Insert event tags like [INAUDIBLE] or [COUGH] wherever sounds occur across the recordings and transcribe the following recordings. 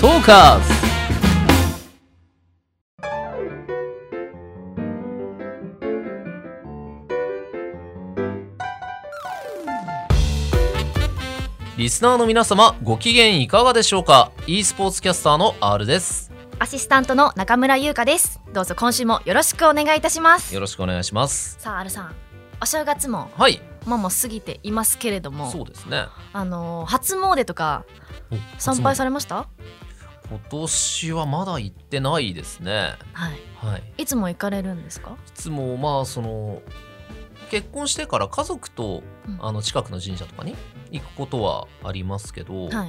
トーカーズリスナーの皆様ご機嫌いかがでしょうか e スポーツキャスターの R ですアシスタントの中村優香です。どうぞ今週もよろしくお願いいたしますよ。ろしくお願いしますさあ、アルさん、お正月も、はいまあもう過ぎていますけれどそうも、ですねあのー初詣とか参拝されました？今年はまだ行ってないですねはい。はいいつも行かれるんですか？いつもまあその結婚してから家族とうんあの近くの神社とかに行くことはありますけど、はい。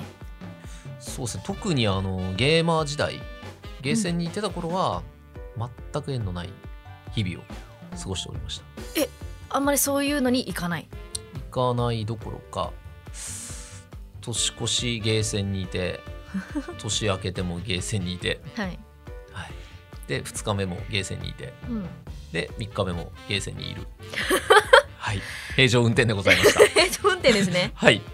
そうですね特にあのゲーマー時代ゲーセンに行ってた頃は、全く縁のない日々を過ごしておりましたあんまりそういうのに行かない。行かないどころか年越しゲーセンにい [LAUGHS] て年明けてもゲーセンにいて、はい。はい、で2日目もゲーセンにいてうん。で3日目もゲーセンにいるはい平常運転でございました [LAUGHS] え、運転ですね。はい [LAUGHS]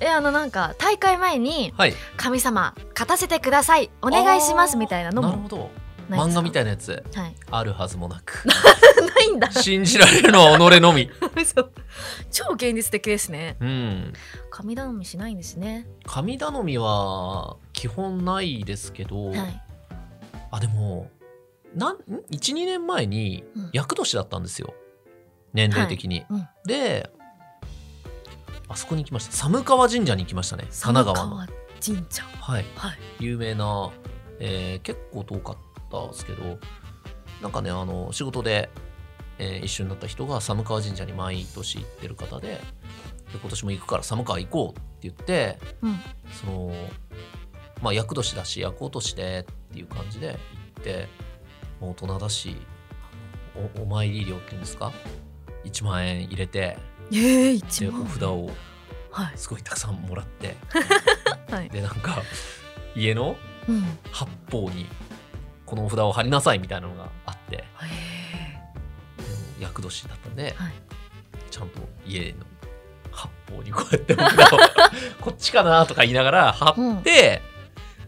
え、あのなんか大会前にはい神様勝たせてください、お願いしますみたいなのなるほもどないで漫すか画みたいなやつはいあるはずもなく [LAUGHS] [LAUGHS] ないんだ信じられるのは己のみ嘘超現実的ですねうん神頼みしないんですね神頼みは基本ないですけど、はいあでもなん12年前にうん厄年だったんですよ年齢的に、はいうんであそこに行きました寒川神社に行きましたね神奈川の寒川神社はいはい有名な、えー結構遠かったですけどなんかねあの仕事で、えー一緒になった人が寒川神社に毎年行ってる方でで今年も行くから寒川行こうって言ってうんそのまあ厄年だし厄落としでっていう感じで行ってもう大人だしおお参り料っていうんですか1万円入れてえでえ一お万札をはいすごいたくさんもらってはいでなんか家のうん八方にこのお札を貼りなさいみたいなのがあってでもえ厄年だったんで、はいちゃんと家の八方にこうやってお札を [LAUGHS] こっちかなとか言いながら貼って、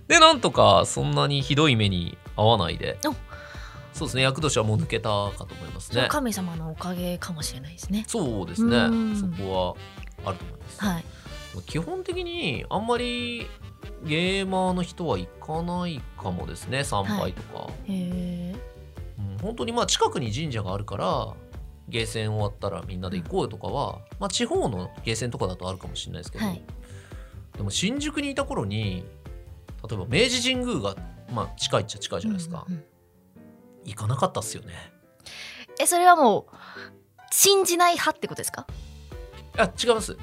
でなんとかそんなにひどい目に遭わないでおそうですね厄年はもう抜けたかと思いますそのね神様のおかげかもしれないですねそうですねうんそこはあると思います、はい基本的にあんまりゲーマーの人は行かないかもですね参拝とか。へえうん、本当にまあ近くに神社があるからゲーセン終わったらみんなで行こうよとかは、まあ、地方のゲーセンとかだとあるかもしれないですけど、はいでも新宿にいた頃に例えば明治神宮が、まあ、近いっちゃ近いじゃないですか、うんうんうん行かなかったっすよねえそれはもう信じない派ってことですかあ違います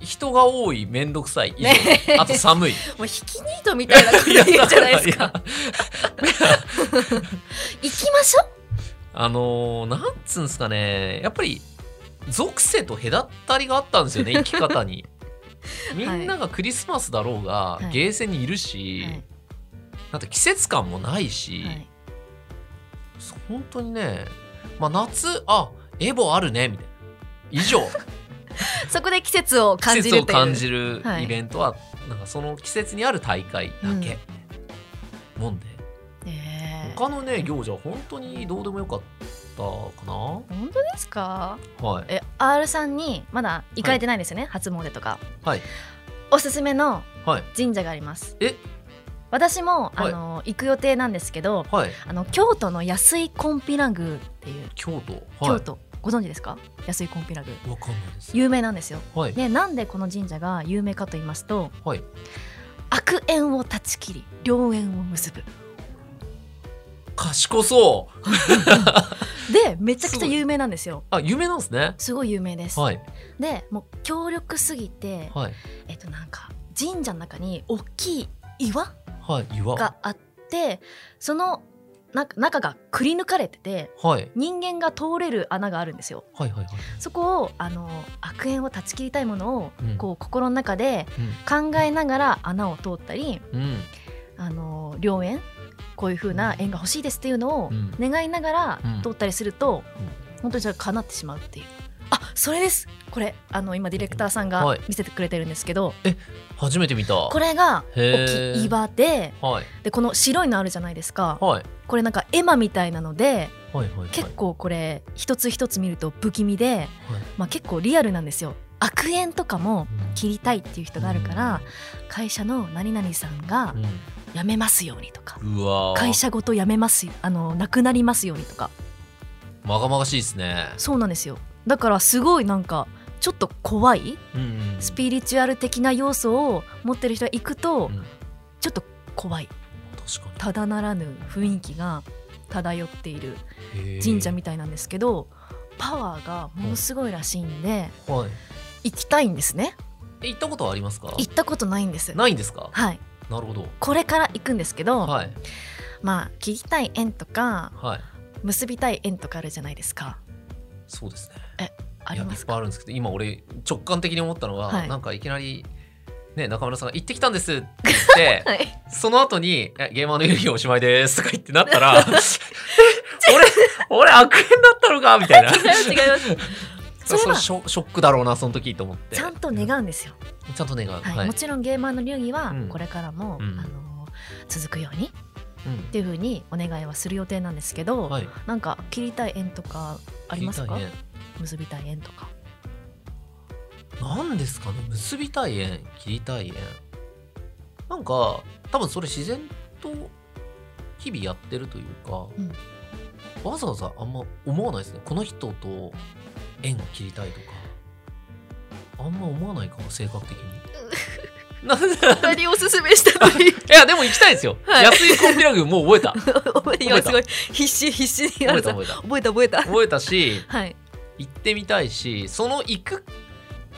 人が多いめんどくさい以上ねあと寒い [LAUGHS] もうひきニートみたいなこと言うじゃないですかや行きましょあのーなんつうんですかねやっぱり属性と隔たりがあったんです [LAUGHS] よね生き方に。みんながクリスマスだろうが、はいゲーセンにいるう、し、はいなんか季節感もないし、はい本当にね、まあ、夏あエボあるねみたいな以上そこで季節を [LAUGHS] 感季じ節るをという感じるはいイベントは、なんかその季節にある大会だけ、もんでねえ他のね行事は本当にどうでもよかったか本当ですかなはいえ R さんにまだ行かれてないですよね、初詣とかはいおすすめのはい神社がありますえ私も、はいあの行く予定なんですけどはいあの京都の安井コンピラ宮っていう京都は京い都、ご存知ですか安井コンピラ宮わかんないです有名なんですよはいでなんでこの神社が有名かと言いますとはい悪縁を断ち切り良縁を結ぶ賢そうでめちゃくちゃ有名なんですよあ有名なんですねすごい有名です、はいでもう強力すぎて、はいえっとなんか神社の中に大きい岩はい岩があってそのな中がくり抜かれててはい人間が通れる穴があるんですよはいはいはい。そこをあの悪縁を断ち切りたいものを、うんこう心の中で考えながら穴を通ったりうん。うん。あの良縁こういう風な縁が欲しいですっていうのをうん願いながらうん通ったりすると、うん本当にそれが叶ってしまうっていうあそれですこれあの今ディレクターさんはがい見せてくれてるんですけど、初めて見たこれがへー置き岩ではいでこの白いのあるじゃないですかはいこれなんか絵馬みたいなのではいはいはい結構これ一つ一つ見ると不気味で、まあ、結構リアルなんですよ悪縁とかも切りたいっていう人があるから、会社の何々さんがうん辞めますようにとか、うんうわー会社ごと辞めますあのなくなりますようにとかまがまがしいですねそうなんですよだからすごいなんかちょっと怖いうんうんスピリチュアル的な要素を持ってる人が行くと、うんちょっと怖い確かただならぬ雰囲気が漂っているに神社みみたいなんですけど、パワーがものすごいらしいんで、はい行きたいんですねえ行ったことはありますか行ったことないんですないんですかはいなるほどこれから行くんですけど、はいまあ切りたい縁とかはい結びたい縁とかあるじゃないですかそうですねあいやりいまっすぱいかあるんですけど今俺直感的に思ったのは、はいなんかいきなりね中村さんが行ってきたんですって言 [LAUGHS] って、はいその後にえゲーマーの遊戯おしまいですとか言ってなった [LAUGHS] ら俺俺悪縁だったのかみたいな違います違います [LAUGHS] それはショショックだろうなその時と思ってちゃんと願うんですよ、ちゃんと願うはいはいもちろんゲーマーの流儀はうんこれからも、うんあの続くようにっうんていうふうにお願いはする予定なんですけど、はいなんか切りたい縁とかありますか、切りたいね結びたい縁とか何ですかね結びたい縁切りたい縁なんか多分それ自然と日々やってるというか、わざわざあんま思わないですねこの人と縁を切りたいとかあんま思わないかも性格的に。なん [LAUGHS] でい何おすすめしたのにやでも行きたいですよ、はい安井コンピラグもう覚え [LAUGHS] た今すごい必死必死に覚やえるたぞ覚えた覚えた覚えた覚えたしはい行ってみたいしその行く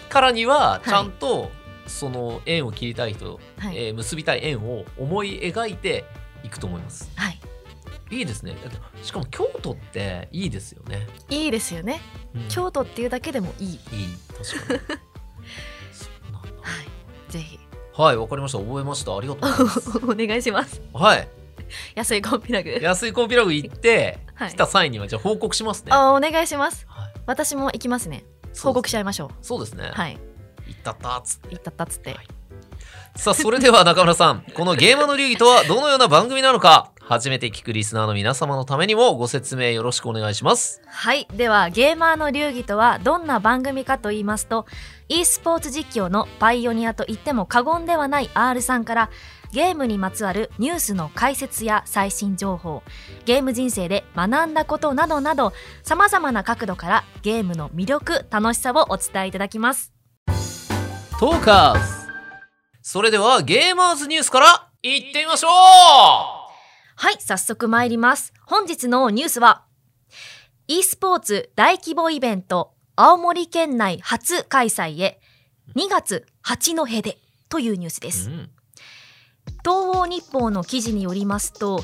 からにはちゃんと、その縁を切りたい人はい、えー結びたい縁を思い描いていくと思います。はい、いいですね。だってしかも京都っていいですよね。いいですよねうん京都っていうだけでもいい、いい確かに。 [LAUGHS] そうなんだ。はい、ぜひはい、わかりました。覚えました。ありがとうございます。 [LAUGHS] お願いしますはい、安いコンピラグ安いコンピラグ行って、はい来た際にはじゃあ報告しますね。あお願いしますはい、私も行きますねそう報です告しちゃいましょうそうですね。はい行ったったっつって。行ったったっつって、はいさあそれでは中村さん [LAUGHS] この「ゲーマの流儀」とはどのような番組なのか初めて聞くリスナーの皆様のためにもご説明よろしくお願いします。はいではゲーマーの流儀とはどんな番組かと言いますと e スポーツ実況のパイオニアと言っても過言ではない R さんからゲームにまつわるニュースの解説や最新情報ゲーム人生で学んだことなどなどさまざまな角度からゲームの魅力楽しさをお伝えいただきますトーカーズそれではゲーマーズニュースから行ってみましょうはい、早速参ります。本日のニュースは、e スポーツ大規模イベント、青森県内初開催へ、2月八戸で、というニュースです。うん東欧日報の記事によりますと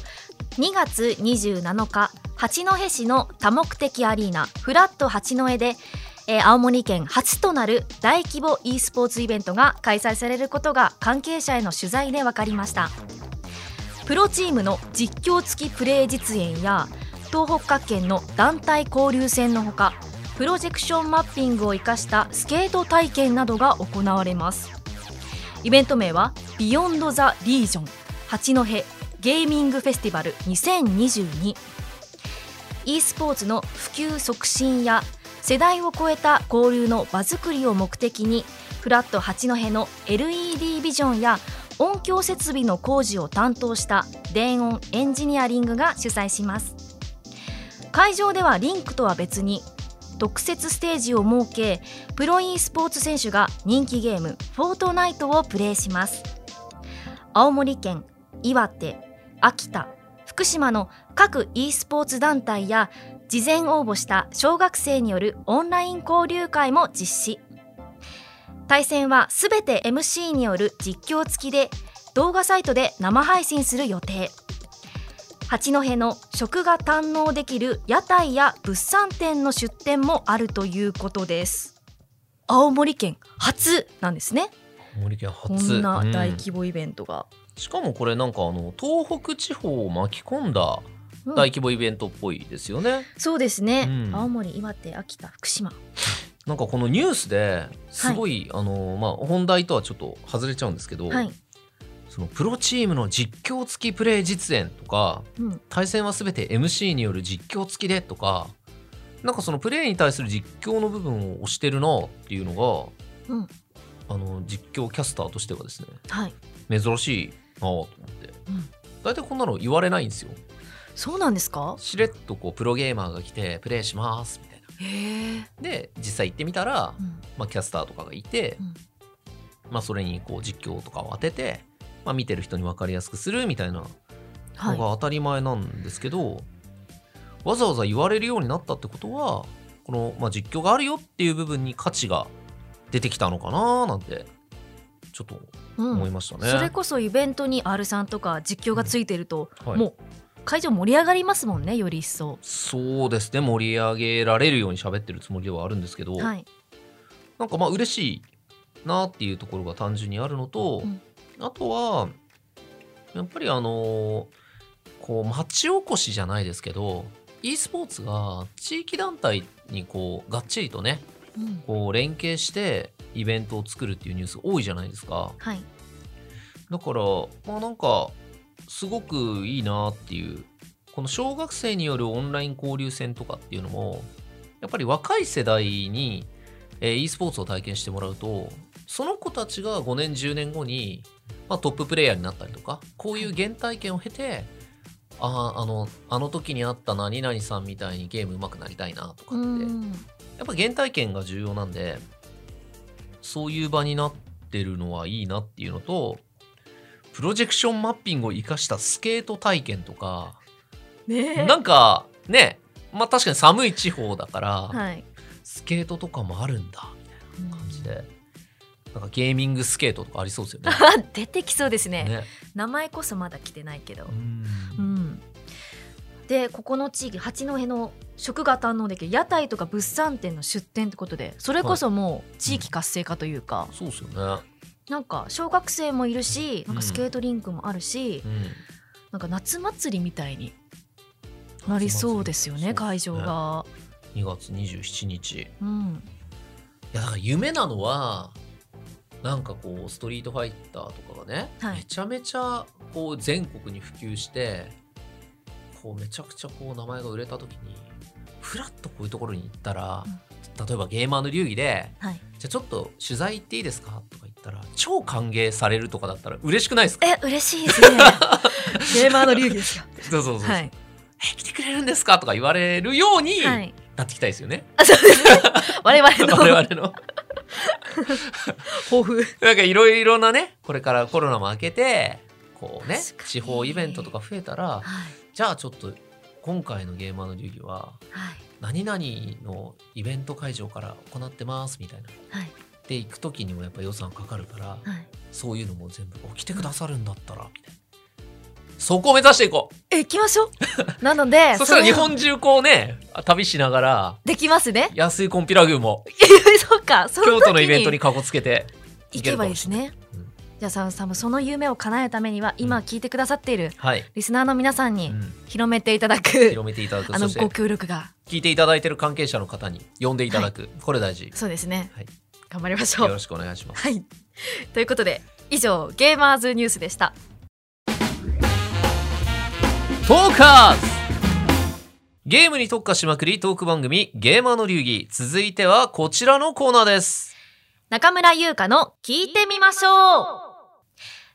2月27日八戸市の多目的アリーナフラット八戸で、えー青森県初となる大規模 e スポーツイベントが開催されることが関係者への取材で分かりましたプロチームの実況付きプレー実演や東北各県の団体交流戦のほかプロジェクションマッピングを生かしたスケート体験などが行われますイベント名は「ビヨンド・ザ・リージョン八戸ゲーミングフェスティバル2022」e スポーツの普及促進や世代を超えた交流の場作りを目的にフラット八戸の LED ビジョンや音響設備の工事を担当した電音エンジニアリングが主催します会場ではリンクとは別に特設ステージを設けプロ e スポーツ選手が人気ゲーム「フォートナイト」をプレイします青森県岩手秋田福島の各 e スポーツ団体や事前応募した小学生によるオンライン交流会も実施対戦はすべて MC による実況付きで動画サイトで生配信する予定八戸の食が堪能できる屋台や物産展の出店もあるということです青森県初なんですね青森県初こんな大うん規模イベントが、しかもこれなんかあの東北地方を巻き込んだうん大規模イベントっぽいですよね、そうですね、うん青森岩手秋田福島なんかこのニュースですごい、あのまあ、本題とはちょっと外れちゃうんですけど、はい、そのプロチームの実況付きプレー実演とかうん、対戦は全て MC による実況付きでとかなんかそのプレーに対する実況の部分を推してるなっていうのが、うんあの実況キャスターとしてはですねはい、珍しいなと思って、うん大体こんなの言われないんですよそうなんですか？しれっとこうプロゲーマーが来てプレイしますみたいなへえ、で実際行ってみたら、うん、まあ、キャスターとかがいて、うんまあ、それにこう実況とかを当てて、まあ、見てる人に分かりやすくするみたいなのがはい、当たり前なんですけど、わざわざ言われるようになったってことはこの、まあ、実況があるよっていう部分に価値が出てきたのかななんてちょっとうん思いましたね。それこそイベントに R さんとか実況がついてると、はいもう会場盛り上がりますもんねより一層。そうですね盛り上げられるように喋ってるつもりではあるんですけど、はい、なんかまあ嬉しいなっていうところが単純にあるのと、うんあとはやっぱりあのこう町おこしじゃないですけど e スポーツが地域団体にこうがっちりとねうん、こう連携してイベントを作るっていうニュース多いじゃないですかはい、だからまあなんかすごくいいなっていうこの小学生によるオンライン交流戦とかっていうのもやっぱり若い世代に、えー e スポーツを体験してもらうとその子たちが5年10年後に、まあ、トッププレイヤーになったりとかこういう原体験を経てあああのあの時にあった何々さんみたいにゲーム上手くなりたいなとかうってん、やっぱ原体験が重要なんでそういう場になってるのはいいなっていうのとプロジェクションマッピングを生かしたスケート体験とかねえなんかねまあ確かに寒い地方だから、はい、スケートとかもあるんだみたいな感じでなんかゲーミングスケートとかありそうですよね。あ [LAUGHS] 出てきそうですねね名前こそまだ来てないけどう、んうん、でここの地域八戸の食が堪能できる屋台とか物産展の出店ってことでそれこそもう地域活性化というか、そうですよね、なんか小学生もいるしなんうんかスケートリンクもあるし、うんなんか夏祭りみたいになりそうですよねそう会場が。 2月27日うん、いやだから夢なのはなんかこうストリートファイターとかがね、はいめちゃめちゃこう全国に普及してこうめちゃくちゃこう名前が売れた時にふらっとこういうところに行ったら、例えばゲーマーの流儀ではい、 「じゃあちょっと取材行っていいですか?」とか言ったら超歓迎されるとかだったら嬉しくないですかえ嬉しい [LAUGHS] ですねゲーマーの流儀ですよ。そうそうそうそう、はい、え来てくれるんですかとか言われるようには、ないってきたいですよ [LAUGHS] ね、あそうですね我々の我々の。抱負なんかいろいろなねこれからコロナも明けてこうね確かに地方イベントとか増えたらはいじゃあちょっと今回のゲーマーの流儀ははい何々のイベント会場から行ってますみたいな。はいで行く時にもやっぱ予算かかるからはいそういうのも全部起きてくださるんだったらみたいな。そこを目指していこえ行きましょうなのでうそしたられ日を本中こうね旅しながらできますね安いコンピラグも [LAUGHS] そうかそ京時都のイベントにかこつけて行けばいいですねうんじゃあサウさんもその夢を叶えるためには今聞いてくださっているはい、リスナーの皆さんうにん広めていただく、広めていただくあそのしてご協力が聞いていただいてる関係者の方に呼んでいただく、これ大事そうですね、はい頑張りましょようろしくお願いしますはいということで以上ゲーマーズニュースでしたトーカーズゲームに特化しまくりトーク番組ゲーマーの流儀続いてはこちらのコーナーです中村優香の聞いてみましょう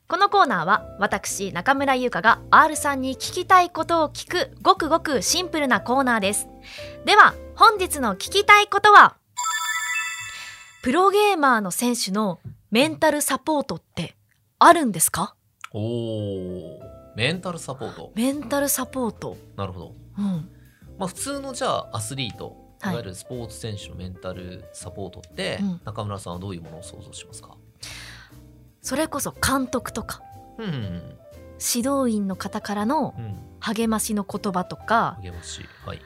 このコーナーは私中村優香が R さんに聞きたいことを聞くごくごくシンプルなコーナーですでは本日の聞きたいことはプロゲーマーの選手のメンタルサポートってあるんですかおおメンタルサポートメンタルサポートなるほどうんまあ普通のじゃあアスリートいはいわゆるスポーツ選手のメンタルサポートって、うん中村さんはどういうものを想像しますかそれこそ監督とかうんうん指導員の方からのうん励ましの言葉とか励ましいはい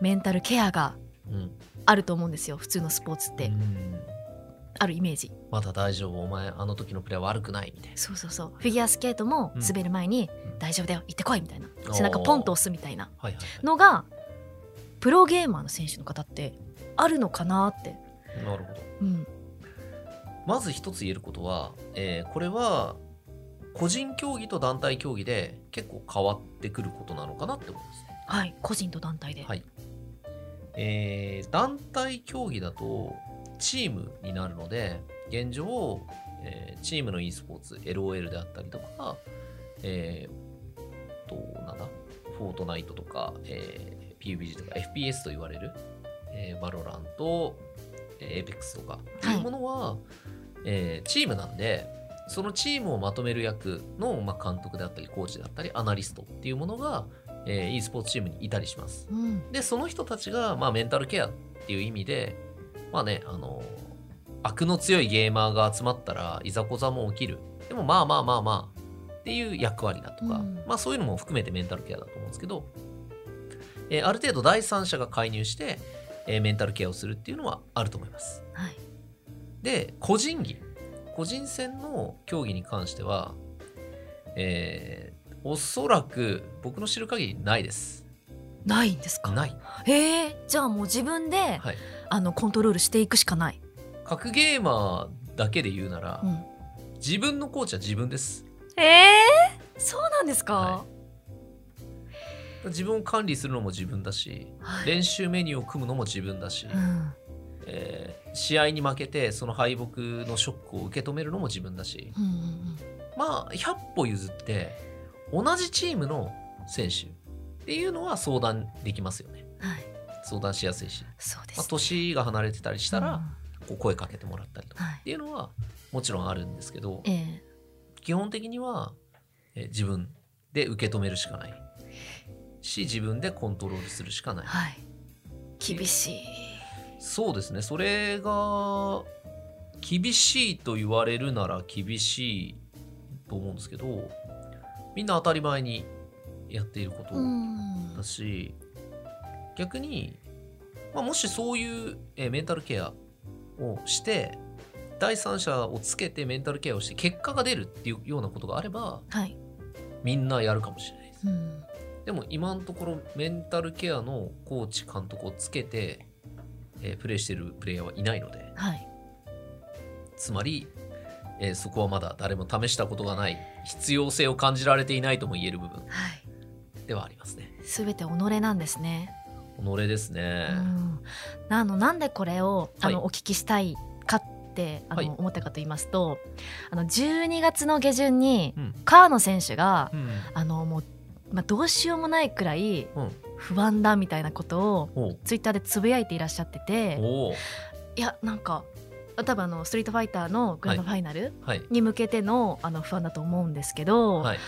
メンタルケアがうんあると思うんですよ普通のスポーツって、うんあるイメージまだ大丈夫お前あの時のプレーは悪くないみたいなそうそうそうフィギュアスケートもうん滑る前にう「ん大丈夫だよ行ってこい」みたいなおー背中ポンと押すみたいなはいはいはいのがプロゲーマーの選手の方ってあるのかなってなるほど。うん、まず一つ言えることは、えーこれは個人競技と団体競技で結構変わってくることなのかなって思いますね。はい個人と団体で、はい。えー団体競技だとチームになるので、現状、えーチームの e スポーツ、LOL であったりとか、えーと、なんだ、フォートナイトとか、えー PUBG とか FPS と言われる、えーバロランと、えー APEX とか、とはいいうものは、えーチームなんで、そのチームをまとめる役の、まあ、監督であったり、コーチであったり、アナリストっていうものが、えー e スポーツチームにいたりします。うん、でその人たちが、まあ、メンタルケアっていう意味でまあねあの悪の強いゲーマーが集まったらいざこざも起きるでもまあまあまあまあっていう役割だとか、うんまあそういうのも含めてメンタルケアだと思うんですけど、えーある程度第三者が介入して、えーメンタルケアをするっていうのはあると思います。はいで個人技個人戦の競技に関してはえーおそらく僕の知る限りないですないんですかない、へえじゃあもう自分で、はい、あのコントロールしていくしかない、格ゲーマーだけで言うなら、うん、自分のコーチは自分ですええそうなんですかは、自分を管理するのも自分だしはい練習メニューを組むのも自分だし、うんえー試合に負けてその敗北のショックを受け止めるのも自分だしうんうんまあ100歩譲って同じチームの選手っていうのは相談できますよねうんはい相談しやすいしそうです、まあ、年が離れてたりしたうらん、こう声かけてもらったりとかはいっていうのはもちろんあるんですけどええ基本的にはえー自分で受け止めるしかないし自分でコントロールするしかないはい厳しいそうですねそれが厳しいと言われるなら厳しいと思うんですけどみんな当たり前にやっていることうんだし逆に、まあ、もしそういう、えーメンタルケアをして第三者をつけてメンタルケアをして結果が出るっていうようなことがあればはい、みんなやるかもしれないですうん、でも今のところメンタルケアのコーチ監督をつけて、えープレイしてるプレイヤーはいないのではいつまり、えーそこはまだ誰も試したことがない必要性を感じられていないとも言える部分はいではありますねすべて己なんですね、己ですね、うん、あのなんでこれをあの、はいお聞きしたいかってあの、はい思ったかと言いますとあの12月の下旬にうん川野選手が、うんあのもう、まあ、どうしようもないくらいうん不安だみたいなことをおうツイッターでつぶやいていらっしゃってておういやなんか多分あのストリートファイターのグランドファイナルはいに向けての,、あの不安だと思うんですけど、はい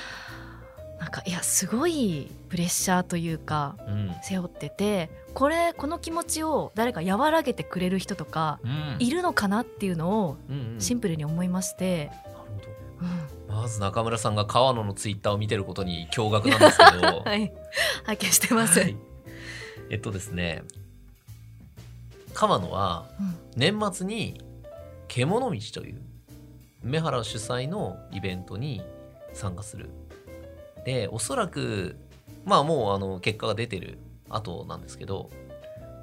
なんかいやすごいプレッシャーというかうん背負っててこれこの気持ちを誰か和らげてくれる人とかうんいるのかなっていうのをうんうんシンプルに思いまして、なるほうん、どまず中村さんが川野のツイッターを見てることに驚愕なんですけど [LAUGHS] はい拝見してます。はいえっとですね川野はうん年末に「獣道」という梅原主催のイベントに参加するでおそらくまあもうあの結果が出てる後なんですけど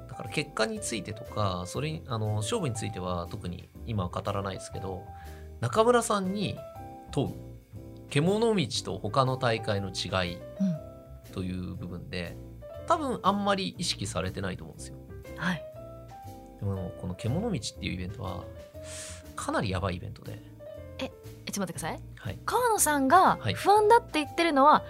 だから結果についてとかそれにあの勝負については特に今は語らないですけど中村さんに問う獣道と他の大会の違いうんという部分で多分あんまり意識されてないと思うんですよはいでもこの「獣道」っていうイベントはかなりやばいイベントで、えちょっと待ってくださいはい、川野さんがはい不安だって言ってるのは、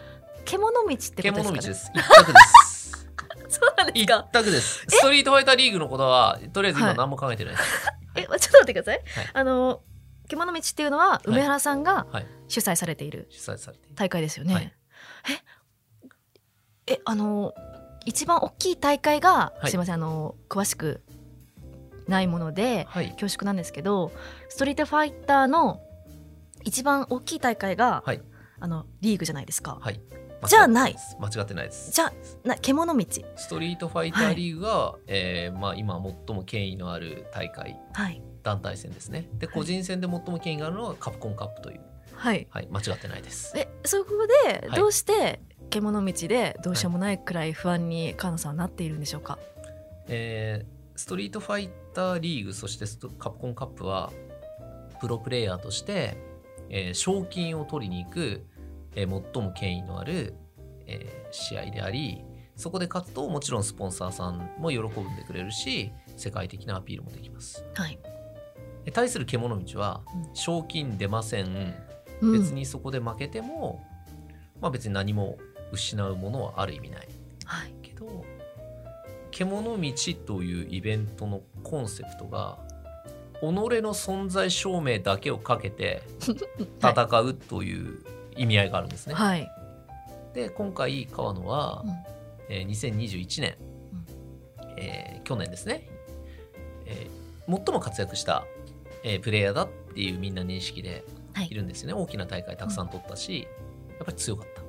獣道ってことですか、獣ね、道です一択です [LAUGHS] そうなんです一か択ですストリートファイターリーグのことはとりあえずは今い何も考えてないです、えちょっと待ってください、はいあの獣道っていうのは梅原さんがはい主催されている主催されている大会ですよね、はいええあの一番大きい大会が、はいすいませんあの詳しくないものではい恐縮なんですけどストリートファイターの一番大きい大会が、はいあのリーグじゃないですか、はいじゃあない間違ってないですじゃあな獣道ストリートファイターリーグが、えーまあ、今最も権威のある大会はい団体戦ですねではい個人戦で最も権威があるのはカプコンカップというはいはい間違ってないですえそこではいどうして獣道でどうしようもないくらい不安に菅野さんはなっているんでしょうか、えーストリートファイターリーグそしてストカプコンカップはプロプレイヤーとして、えー賞金を取りに行く、えー最も権威のある、えー試合でありそこで勝つともちろんスポンサーさんも喜んでくれるし世界的なアピールもできます。はい。で対する獣道はうん賞金出ませんうん別にそこで負けても、まあ別に何も失うものはある意味ないはい。けど獣道というイベントのコンセプトが己の存在証明だけをかけて戦うという意味合いがあるんですね。はい。で今回川野は、うんえー2021年、えー去年ですね、えー最も活躍した、えープレイヤーだっていうみんな認識ではいいるんですよね、大きな大会たくさん取ったし、やっぱり強かった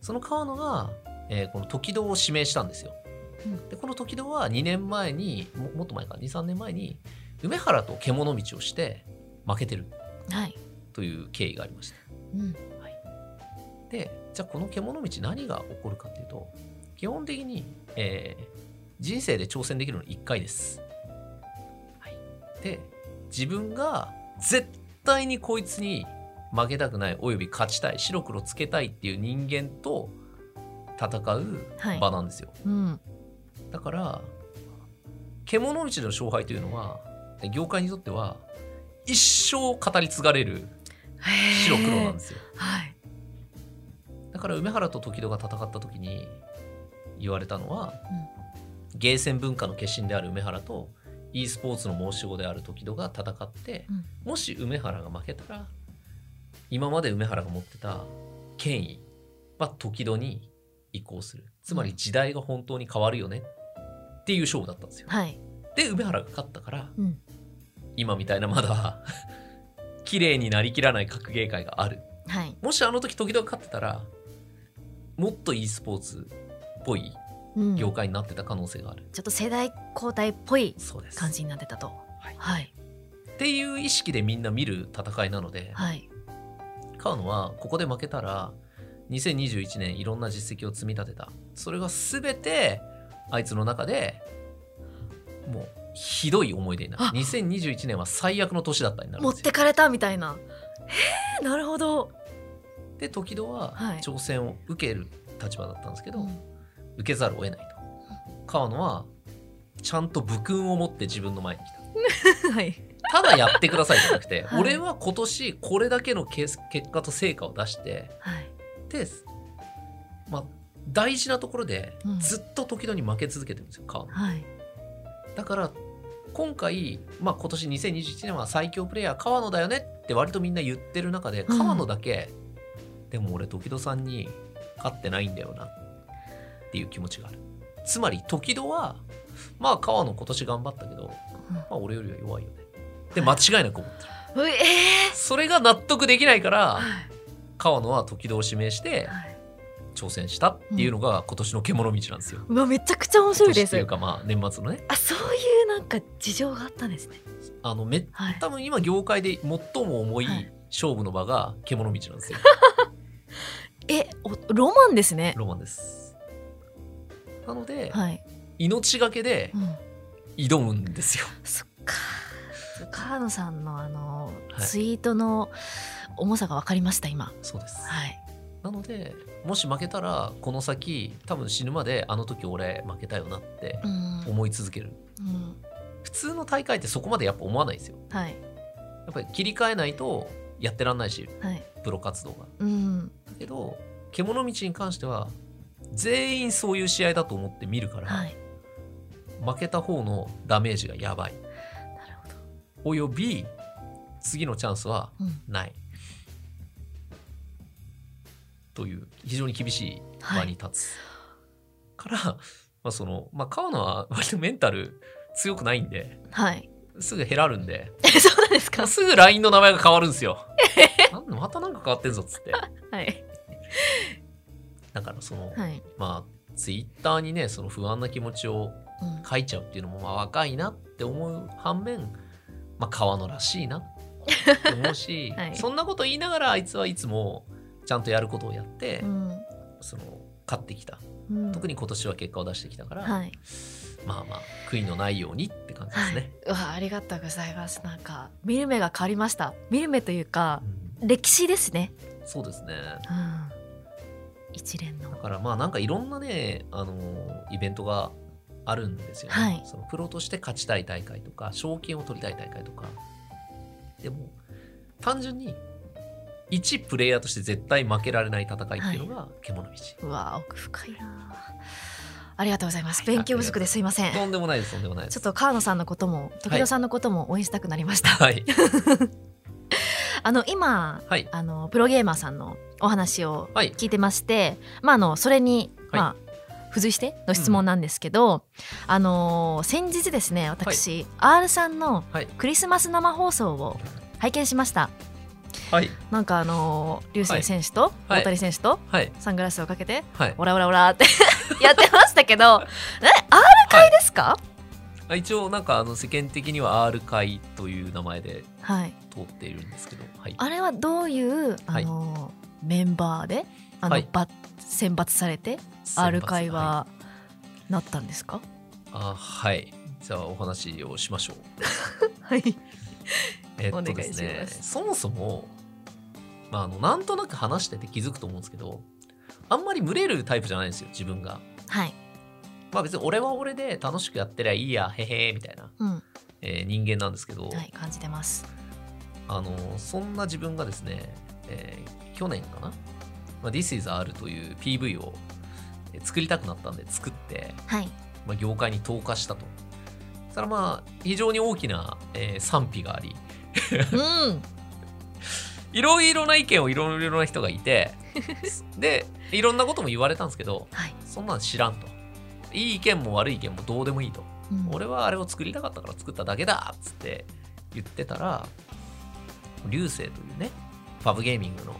その川野が、えーこの時戸を指名したんですよ、うんでこの時戸は2年前にももっと前か23年前に梅原と獣道をして負けてるはい。という経緯がありましたうん。でじゃあこの獣道何が起こるかっていうと基本的に、えー人生で挑戦できるの1回です、はい、で自分が絶対にこいつに負けたくないおよび勝ちたい白黒つけたいっていう人間と戦はいう場なんですよ、うん。だから獣道での勝敗というのは業界にとっては一生語り継がれる白黒なんですよ、す。はい。だから梅原と時戸が戦った時に言われたのは、ゲーセン文化の化身である梅原と e スポーツの申し子である時戸が戦って、うんもし梅原が負けたら今まで梅原が持ってた権威は時戸に移行するつまり時代が本当に変わるよねっていう勝負だったんですよ。はい。で梅原が勝ったからうん。今みたいなまだ [LAUGHS] 綺麗になりきらない格ゲー界があるはい。もしあの時時々勝ってたらもっと e スポーツっぽいうん。ち業ょ界になってた可能性がある、っと世代交代っぽいそうです感じになってたと。はいはい。っていう意識でみんな見る戦いなので、はい。川野はここで負けたら2021年いろんな実績を積み立てたそれが全てあいつの中でもうひどい思い出になある2021年は最悪の年だったになるん持でっすよてかれたみたいな。へえ、なるほど。で時々ははい挑戦を受ける立場だったんですけど、うん受けざるを得ないと川野はちゃんと武勲を持って自分の前に来た [LAUGHS] はい。ただやってくださいじゃなくて、はい俺は今年これだけのケース結果と成果を出してはい。で、まあ、大事なところでうんずっと時々負け続けてるんですよ川野はい。だから今回、まあ、今年2021年は最強プレイヤー川野だよねって割とみんな言ってる中でうん川野だけ、でも俺時戸さんに勝ってないんだよなっていう気持ちがあるつまり時戸はまあ川野今年頑張ったけど、まあ、俺よりは弱いよねで間違いなく思ってるうええそれが納得できないからは川野は時戸を指名しい。てはい。挑戦したっていうのが今年の獣道なんですよ、うわ、めちゃくちゃ面白いで今年っていすう。かまあ年末のねあ、そういうなんか事情があったんですね。あのめはい。多分今業界で最も重いはい勝負の場が獣道なんですよえ、おロマンですね。ロマンですなので、はい。命がけでうん。挑むんですよそっか。川野さんのあの、はいツイートの重さが分かりました今。そうですはい。なのでもし負けたらこの先多分死ぬまであの時俺負けたよなってうん。思い続けるうん。普通の大会ってそこまでやっぱ思わないんですよはい。やっぱり切り替えないとやってらんないしはい。プロ活動がうん。だけど獣道に関しては全員そういう試合だと思って見るから、はい。負けた方のダメージがやばいなるほど。および次のチャンスはうん。ないという非常に厳しい場に立つ、から、まあ、その、まあ、川野は割とメンタル強くないんで [LAUGHS] はい。すぐ減らるんでえ、そうなんですか。すぐ LINE の名前が変わるんですよなんだまたなんか変わってんぞっつってはい。だからその、はい。まあツイッターにねその不安な気持ちをうん。書いちゃうっていうのもまあ若いなって思う反面、まあ、川野らしいなって思うし、 [LAUGHS] はいそんなこと言いながらあいつはいつもちゃんとやることをやって、うんその勝ってきたうん。特に今年は結果を出してきたから、はい。まあまあ悔いのないようにって感じですね、うわありがとうございますなんか見る目が変わりました見る目というかうん歴史ですね、そうですねうん、一連のだからまあなんかいろんなねあのーイベントがあるんですよね、はいそのプロとして勝ちたい大会とか賞金を取りたい大会とかでも単純に一プレイヤーとして絶対負けられない戦いっていうのが獣道、うわ奥深いなありがとうございますはい勉強不足ですいませんとんでもないですとんでもないでちすょっと川野さんのことも時は戸いさんのことも応援したくなりました、はいあの今はいあのプロゲーマーさんのお話をはい聞いてまして、まあ、あのそれに、はいまあ付随しての質問なんですけど、あの先日ですね私、R さんのはいクリスマス生放送を拝見しましたはいなんかあの流星選手とはい大谷選手とはいサングラスをかけてはいオラオラオラって [LAUGHS] やってましたけどえ R 会ですか、あ一応なんかあの世間的には R 会という名前ではい、通っているんですけど、はい、あれはどういうあの、メンバーであの、はいば選抜されて選抜 R 会はなったんですかあはいじゃあお話をしましょうはいえっおと願いですしねますそもそも、まあ、あのなんとなく話してて気づくと思うんですけどあんまり群れるタイプじゃないんですよ自分が。はい、まあ別に俺は俺で楽しくやってりゃいいやへへーみたいな、うん、はえー人間なんですけど、い感じてますあのそんな自分がですね、えー去年かな「まあ、This is R」という PV をえー作りたくなったんで作って、はいまあ、業界に投下したと。そしたらまあ非常に大きな、えー賛否がありうんいろいろな意見をいろいろな人がいて [LAUGHS] でいろんなことも言われたんですけど [LAUGHS] はい、そんなん知らんといい意見も悪い意見もどうでもいいとうん俺はあれを作りたかったから作っただけだっつって言ってたら流星というねファブゲーミングの、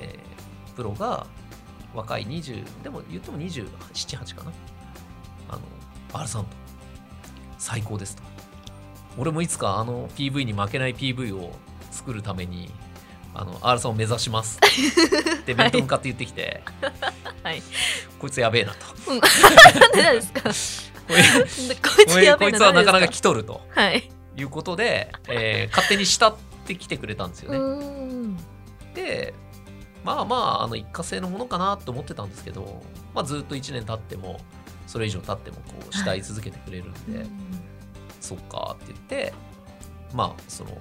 えープロが若い20でも言っても278かなあの R さんと最高ですと俺もいつかあの PV に負けない PV を作るためにあの R さんを目指し [LAUGHS] ますって面と向かって言ってきて、はいこいつやべえなとなんでなんで [LAUGHS] すかここいいつやべこえいつはなかなかんで来とると。すかはいいうことで、えー勝手に慕ってきてくれたんですようね。んでまあまああの一過性のものかなと思ってたんですけど、まあ、ずっと1年経ってもそれ以上経ってもこう慕い続けてくれるんで、そっかって言ってまあその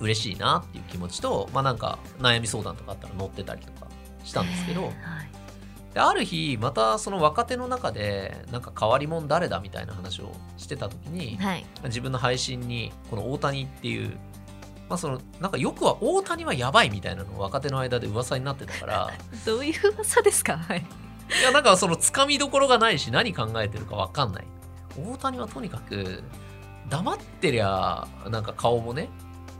嬉しいなっていう気持ちとまあなんか悩み相談とかあったら乗ってたりとかしたんですけど、えーはいである日またその若手の中でなんか変わり者誰だみたいな話をしてた時に、はい自分の配信にこの大谷っていう、まあ、そのなんかよくは大谷はやばいみたいなのが若手の間で噂になってたからどういう噂ですかはいいやなんかそのつかみどころがないし何考えてるか分かんない大谷はとにかく黙ってりゃなんか顔もね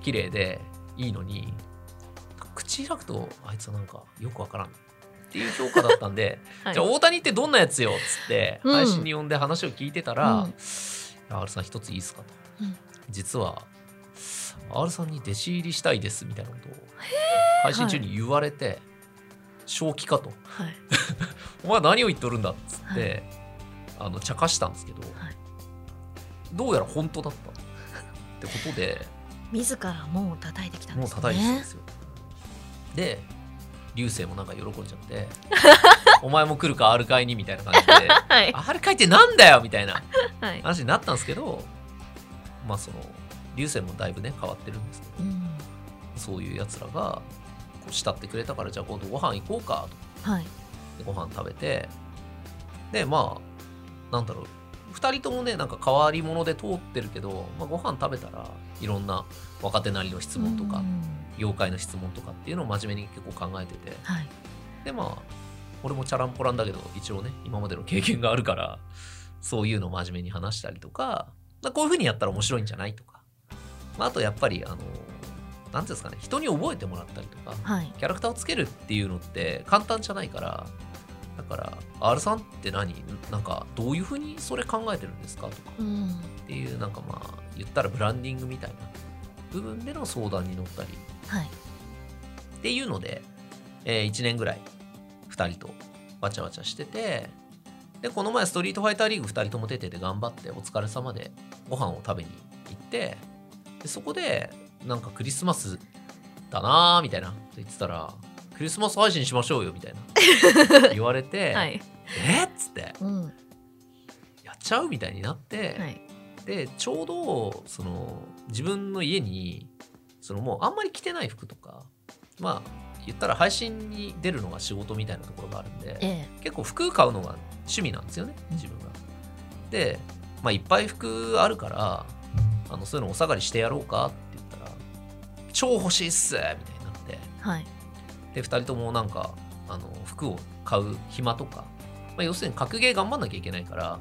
綺麗でいいのに口開くとあいつはなんかよく分からんっていう評価だったんではいじゃあ大谷ってどんなやつよっつってうん配信に呼んで話を聞いてたら「うんいや R さん一ついいっすか?」と、うん実は R さんに弟子入りしたいです」みたいなことを配信中に言われて、正気かとはい「お前何を言っとるんだ」っつって、はいあの茶化したんですけど、はいどうやら本当だったってことで自ら門を叩いてきたんもでうすね叩いてたんですよ。で流星もなんか喜んじゃって「[LAUGHS] お前も来るか R 会に」みたいな感じで。はいあれ書いてなんだよみたいなはい話になったんですけど、まあその、流星もだいぶね、変わってるんですけど、うんそういうやつらが、こう慕ってくれたから、じゃあ今度ご飯行こうかとはいでご飯食べて、で、まあ、なんだろう、2人ともね、なんか変わり者で通ってるけど、まあ、ご飯食べたらいろんな若手なりの質問とうか、ん妖怪の質問とかっていうのを真面目に結構考えてて、はいでまあ俺もチャランポランだけど一応ね今までの経験があるからそういうのを真面目に話したりとか、まあ、こういうふうにやったら面白いんじゃないとか、まあ、あとやっぱりあの何ていうんですかね人に覚えてもらったりとかはいキャラクターをつけるっていうのって簡単じゃないからだから R さんって何なんかどういうふうにそれ考えてるんですかとかうんっていうなんかまあ言ったらブランディングみたいな部分での相談に乗ったりはいっていうので、え1年ぐらい2人とわちゃわちゃしててでこの前ストリートファイターリーグ2人とも出てて頑張ってお疲れ様でご飯を食べに行ってでそこでなんかクリスマスだなーみたいなこと言ってたらクリスマス配信しましょうよみたい [LAUGHS] な言われて、はい、えっつってうん、はやっちゃうみたいになって、い、でちょうどその自分の家にそのもうあんまり着てない服とかまあ言ったら配信に出るのが仕事みたいなところがあるんでえ結構服買うのが趣味なんですよね自分が。で、まあ、いっぱい服あるからあのそういうのお下がりしてやろうかって言ったら「超欲しいっす!」みたいになってえ、はい、で2人ともなんかあの服を買う暇とか、まあ、要するに格ゲー頑張んなきゃいけないから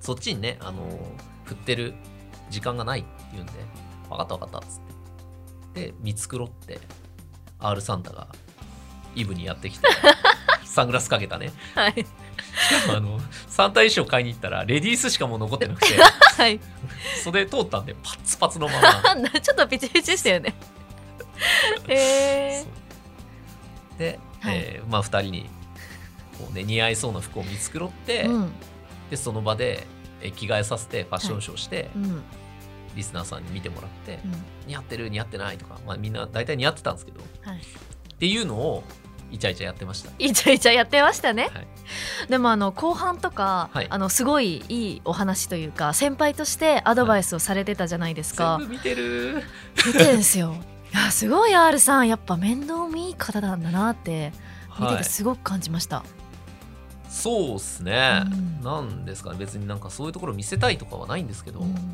そっちにねあの振ってる時間がないって言うんで分かった分かったっつってで見繕って R サンタがイブにやってきてサングラスかけたねはい、しかもあのサンタ衣装買いに行ったらレディースしかもう残ってなくてはい、袖通ったんでパッツパツのままあんなちょっとピチピチした [LAUGHS] よね。ええそうで、はいえーまあ2人にこう、ね、似合いそうな服を見繕って、うん、でその場で、えー着替えさせてファッションショーして、うん、リスナーさんに見てもらって、うん、似合ってる似合ってないとか、まあ、みんな大体似合ってたんですけど、はいっていうのをイチャイチャやってました。イチャイチャやってましたね、はいでもあの後半とか、はいあのすごいいいお話というか先輩としてアドバイスをされてたじゃないですか、全部見てる見てるんですよいやすごい R さんやっぱ面倒見いい方なんだなって [LAUGHS] 見てはていすごく感じました、そうっすね、うんなんですかね別になんかそういうところ見せたいとかはないんですけど、うんなん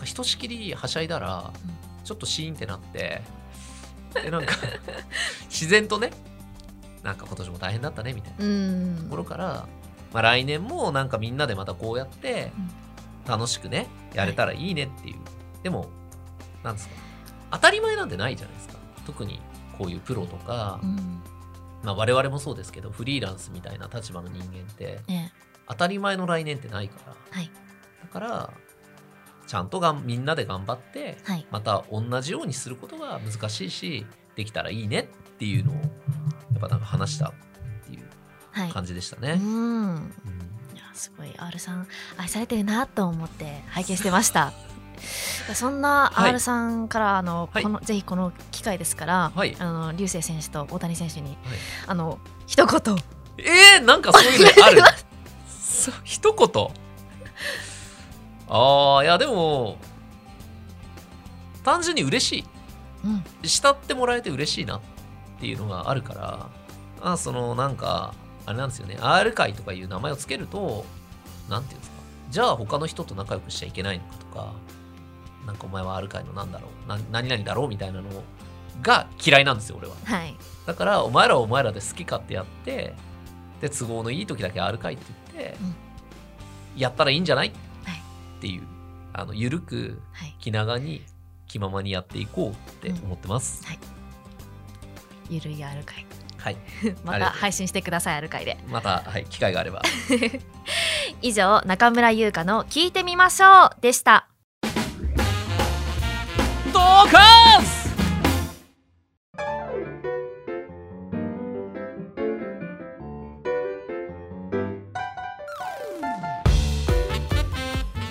かひとしきりはしゃいだら、ちょっとシーンってなってで [LAUGHS] なんか自然とねなんか今年も大変だったねみたいなうんところから、まあ、来年もなんかみんなでまたこうやって楽しくねやれたらいいねっていう、でもなんですか当たり前なんてないじゃないですか特にこういうプロとか、うんまあ、我々もそうですけどフリーランスみたいな立場の人間ってね当たり前の来年ってないから、はいだからちゃんとがんみんなで頑張ってはいまた同じようにすることが難しいしできたらいいねっていうのをやっぱなんか話したっていうはい感じでしたうね。んうんいやすごい R さん愛されてるなと思って拝見して [LAUGHS] ましたいやそんなはい R さんから、あのはいこのぜひこの機会ですから、はいあの流星選手と大谷選手に、はいあの一言えー、なんかそういうのある [LAUGHS] そう一言ああいやでも単純に嬉しいうん慕ってもらえて嬉しいなっていうのがあるからあそのなんかあれなんですよね R 会とかいう名前をつけるとなんていうんですかじゃあ他の人と仲良くしちゃいけないのかとかなんかお前は R 会のなんだろうな何々だろうみたいなのが嫌いなんですよ俺ははいだからお前らはお前らで好き勝手やってで都合のいい時だけ R 会って言って、やったらいいんじゃない、はいっていうあのゆるくはい気長に気ままにやっていこうって思ってます、ゆるい R 会はい [LAUGHS] まありたがとう配信してください R 会でまた、はい、機会があれば以上中村優香の聞いてみましょうでしたドカンス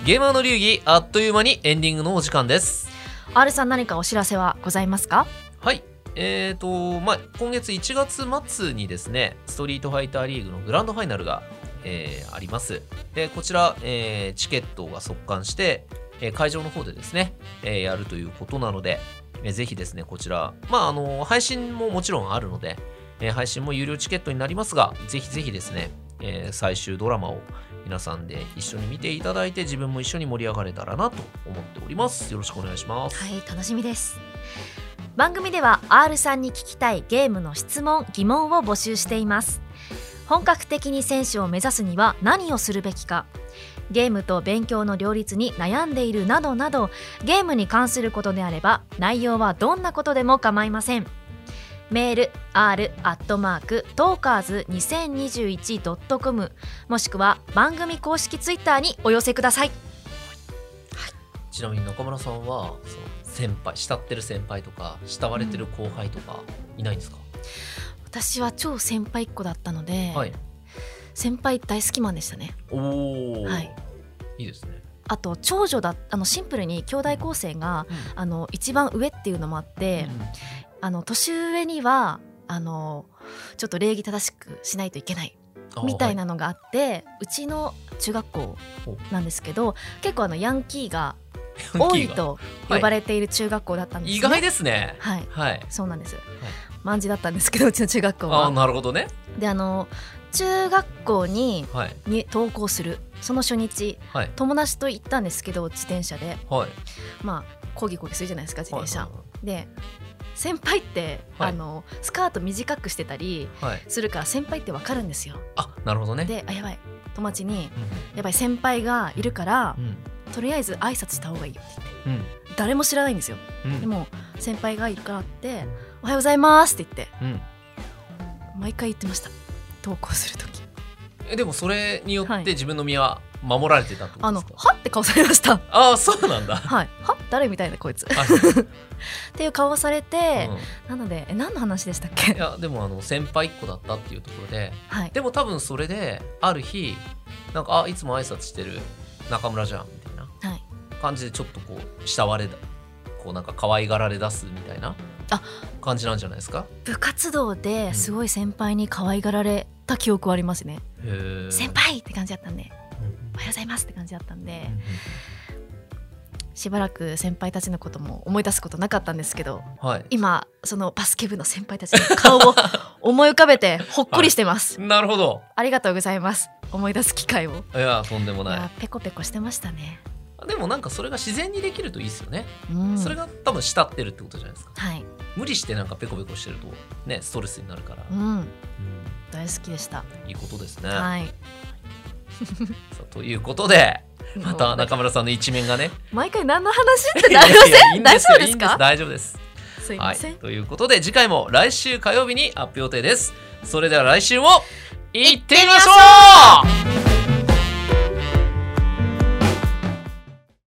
ゲーマーの流儀あっという間にエンディングのお時間です R さん何かお知らせはございますかはいえーとまあ、今月1月末にですねストリートファイターリーグのグランドファイナルが、えーありますでこちら、えーチケットが速完して、えー会場の方でですね、えーやるということなので、えーぜひですねこちら、まあ、あの配信ももちろんあるので、えー配信も有料チケットになりますがぜひぜひですね、えー最終ドラマを皆さんで一緒に見ていただいて自分も一緒に盛り上がれたらなと思っておりますよろしくお願いしますはい楽しみです番組では R さんに聞きたいゲームの質問疑問を募集しています本格的に選手を目指すには何をするべきかゲームと勉強の両立に悩んでいるなどなどゲームに関することであれば内容はどんなことでも構いませんメール r アットマークトーカーズ 2021.com もしくは番組公式ツイッターにお寄せくださいちなみに中村さんはその先輩慕ってる先輩とか慕われてる後輩とかいないんですか、私は超先輩っ子だったので、はい先輩大好きマンでしたねおお、はい、いですね。あと長女だあのシンプルに兄弟構成が、あの一番上っていうのもあって、あの年上にはあのちょっと礼儀正しくしないといけないうんみたい。あなのがあって、うちの中学校なんですけど結構あのヤンキーがはい多ヤンいキーがと呼ばれている中学校だったんです、ね意外ですね。はいはい。そうなんです、万事だったんですけどうちの中学校ああ、はなるほどね。であの中学校にはい。に登校するその初日はい。友達と行ったんですけど自転車ではい。まあこぎこぎするじゃないですか自転車、はで先輩って、はいあのスカート短くしてたりい。はい。するから先輩ってわかるんですよあ、なるほどね。であやばい友達にうやばい先輩がいるからん。とりあえず挨拶した方がいいよって言ってうん。誰も知らないんですようん。うんでも先輩がいるからって「おはようございます」って言ってうん。毎回言ってました登校する時え、でも、それによはっいて、自分の身は守られてたってことであのすか。はって顔され [LAUGHS] ましたああ、そう [LAUGHS] なんだ。はいは誰みたいなこいつっあそうていう顔されて、うんなのでえ何の話でしたっいけやでもあの先輩っ子だったっていうところではいでも多分それである日なんかあいつも挨拶してる中村じゃんみたいなはい感じでちょっとこう慕われだこうなんか可愛がられ出すみたいなあ感じなんじゃないですか部活動ですごい先輩に可愛がられた記憶はありますね、へえ先輩って感じだったんでうんおはようございますって感じだったんでうんうんしばらく先輩たちのことも思い出すことなかったんですけどはい今そのバスケ部の先輩たちの顔 [LAUGHS] を思い浮かべてほっこりしてます、なるほどありがとうございます思い出す機会をいいやとんでもなやいペコペコしてましたね、でもなんかそれが自然にできるといいですよね、うん、それが多分慕ってるってことじゃないですかはい、無理してなんかペコペコしてるとねストレスになるから、うん、う大好きでした、んいいことですね、はいさあということでまた中村さんの一面がね。毎回何の話ってなりまいやいやいせいんんで大す丈よ夫ですいいんか大丈夫です。すいはまいせん、。ということで次回も来週火曜日に発表予定です。それでは来週も行ってみましょう